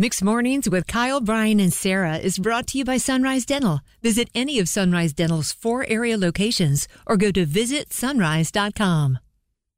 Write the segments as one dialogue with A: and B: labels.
A: Mixed Mornings with Kyle, Brian, and Sarah is brought to you by Sunrise Dental. Visit any of Sunrise Dental's four area locations or go to visitsunrise.com.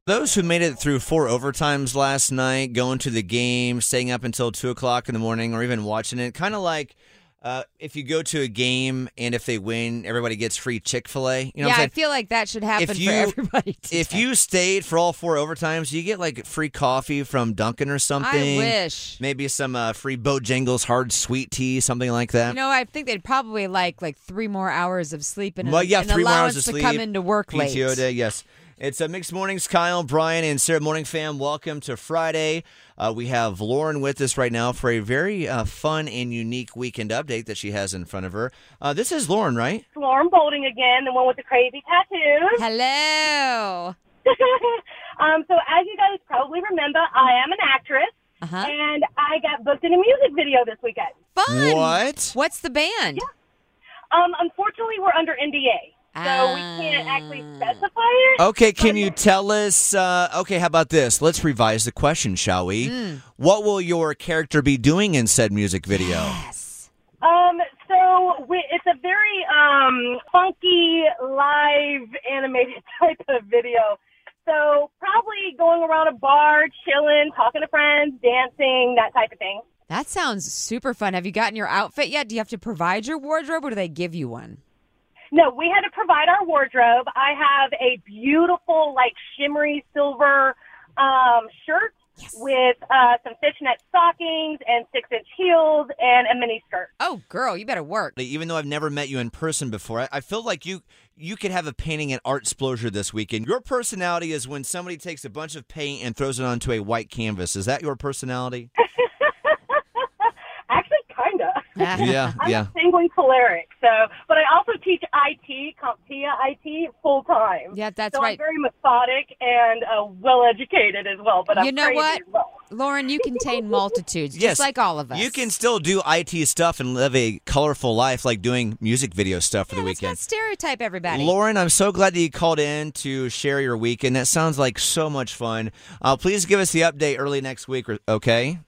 B: Those who made it through four overtimes last night, going to the game, staying up until two o'clock in the morning, or even watching it, kind of like uh, if you go to a game and if they win, everybody gets free Chick Fil A. You know,
C: yeah,
B: what
C: I
B: I'm saying?
C: feel like that should happen
B: you-
C: for everybody. Today.
B: if you stayed for all four overtimes, you get like free coffee from Dunkin' or
C: I
B: something.
C: wish.
B: Maybe some uh, free Bojangles hard sweet tea, something like that.
C: You know, I think they'd probably like like three more hours of sleep and
B: well,
C: an,
B: yeah,
C: an
B: three more
C: allowance
B: hours of
C: to
B: sleep.
C: come into work late.
B: PTO day, yes. It's a mixed mornings. Kyle, Brian, and Sarah Morning Fam. Welcome to Friday. Uh, we have Lauren with us right now for a very uh, fun and unique weekend update that she has in front of her. Uh, this is Lauren, right?
D: Lauren Bolding again, the one with the crazy tattoos.
C: Hello.
D: um, so as you guys probably remember, I am an actress,
C: Uh-huh.
D: and I got booked in a music video this weekend.
C: Fun.
B: What?
C: What's the band?
D: Um, unfortunately, we're under NDA, so we can't actually specify it.
B: Okay, can you tell us? Uh, okay, how about this? Let's revise the question, shall we?
C: Hmm.
B: What will your character be doing in said music video?
D: Um, so we, it's a very um, funky, live, animated type of video. So probably going around a bar, chilling, talking to friends, dancing, that type of thing.
C: That sounds super fun. Have you gotten your outfit yet? Do you have to provide your wardrobe or do they give you one?
D: No, we had to provide our wardrobe. I have a beautiful, like, shimmery silver um, shirt with uh, some fishnet stockings and six inch heels and a mini skirt.
C: Oh, girl, you better work.
B: Even though I've never met you in person before, I, I feel like you you could have a painting and art splosure this weekend. Your personality is when somebody takes a bunch of paint and throws it onto a white canvas. Is that your personality?
D: Actually, kind of.
B: yeah,
D: I'm
B: yeah.
D: a sanguine choleric, so, but I also teach IT, CompTIA IT, full time.
C: Yeah, that's
D: so
C: right.
D: I'm very methodic and uh, well educated as well, but
C: you
D: I'm
C: know
D: crazy
C: what?
D: as well.
C: Lauren, you contain multitudes, just like all of us.
B: You can still do IT stuff and live a colorful life like doing music video stuff for
C: Yeah,
B: the
C: let's
B: weekend.
C: not stereotype everybody.
B: Lauren, I'm so glad that you called in to share your weekend. That sounds like so much fun. Uh, please give us the update early next week, or- okay?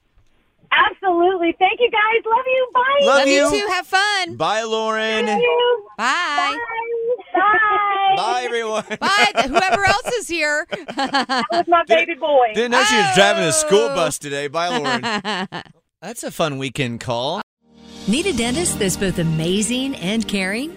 D: Absolutely. Thank you guys. Love you. Bye.
B: Love
C: Love you
B: you.
C: too. Have fun.
B: Bye, Lauren.
D: Love you.
C: Bye.
D: Bye. Bye.
B: Bye, everyone.
C: Bye. Whoever else is here.
D: With my baby boy.
B: Didn't know she was driving a school
C: Oh.
B: bus today. Bye, Lauren. That's a fun weekend call.
A: Need a dentist that's both amazing and caring?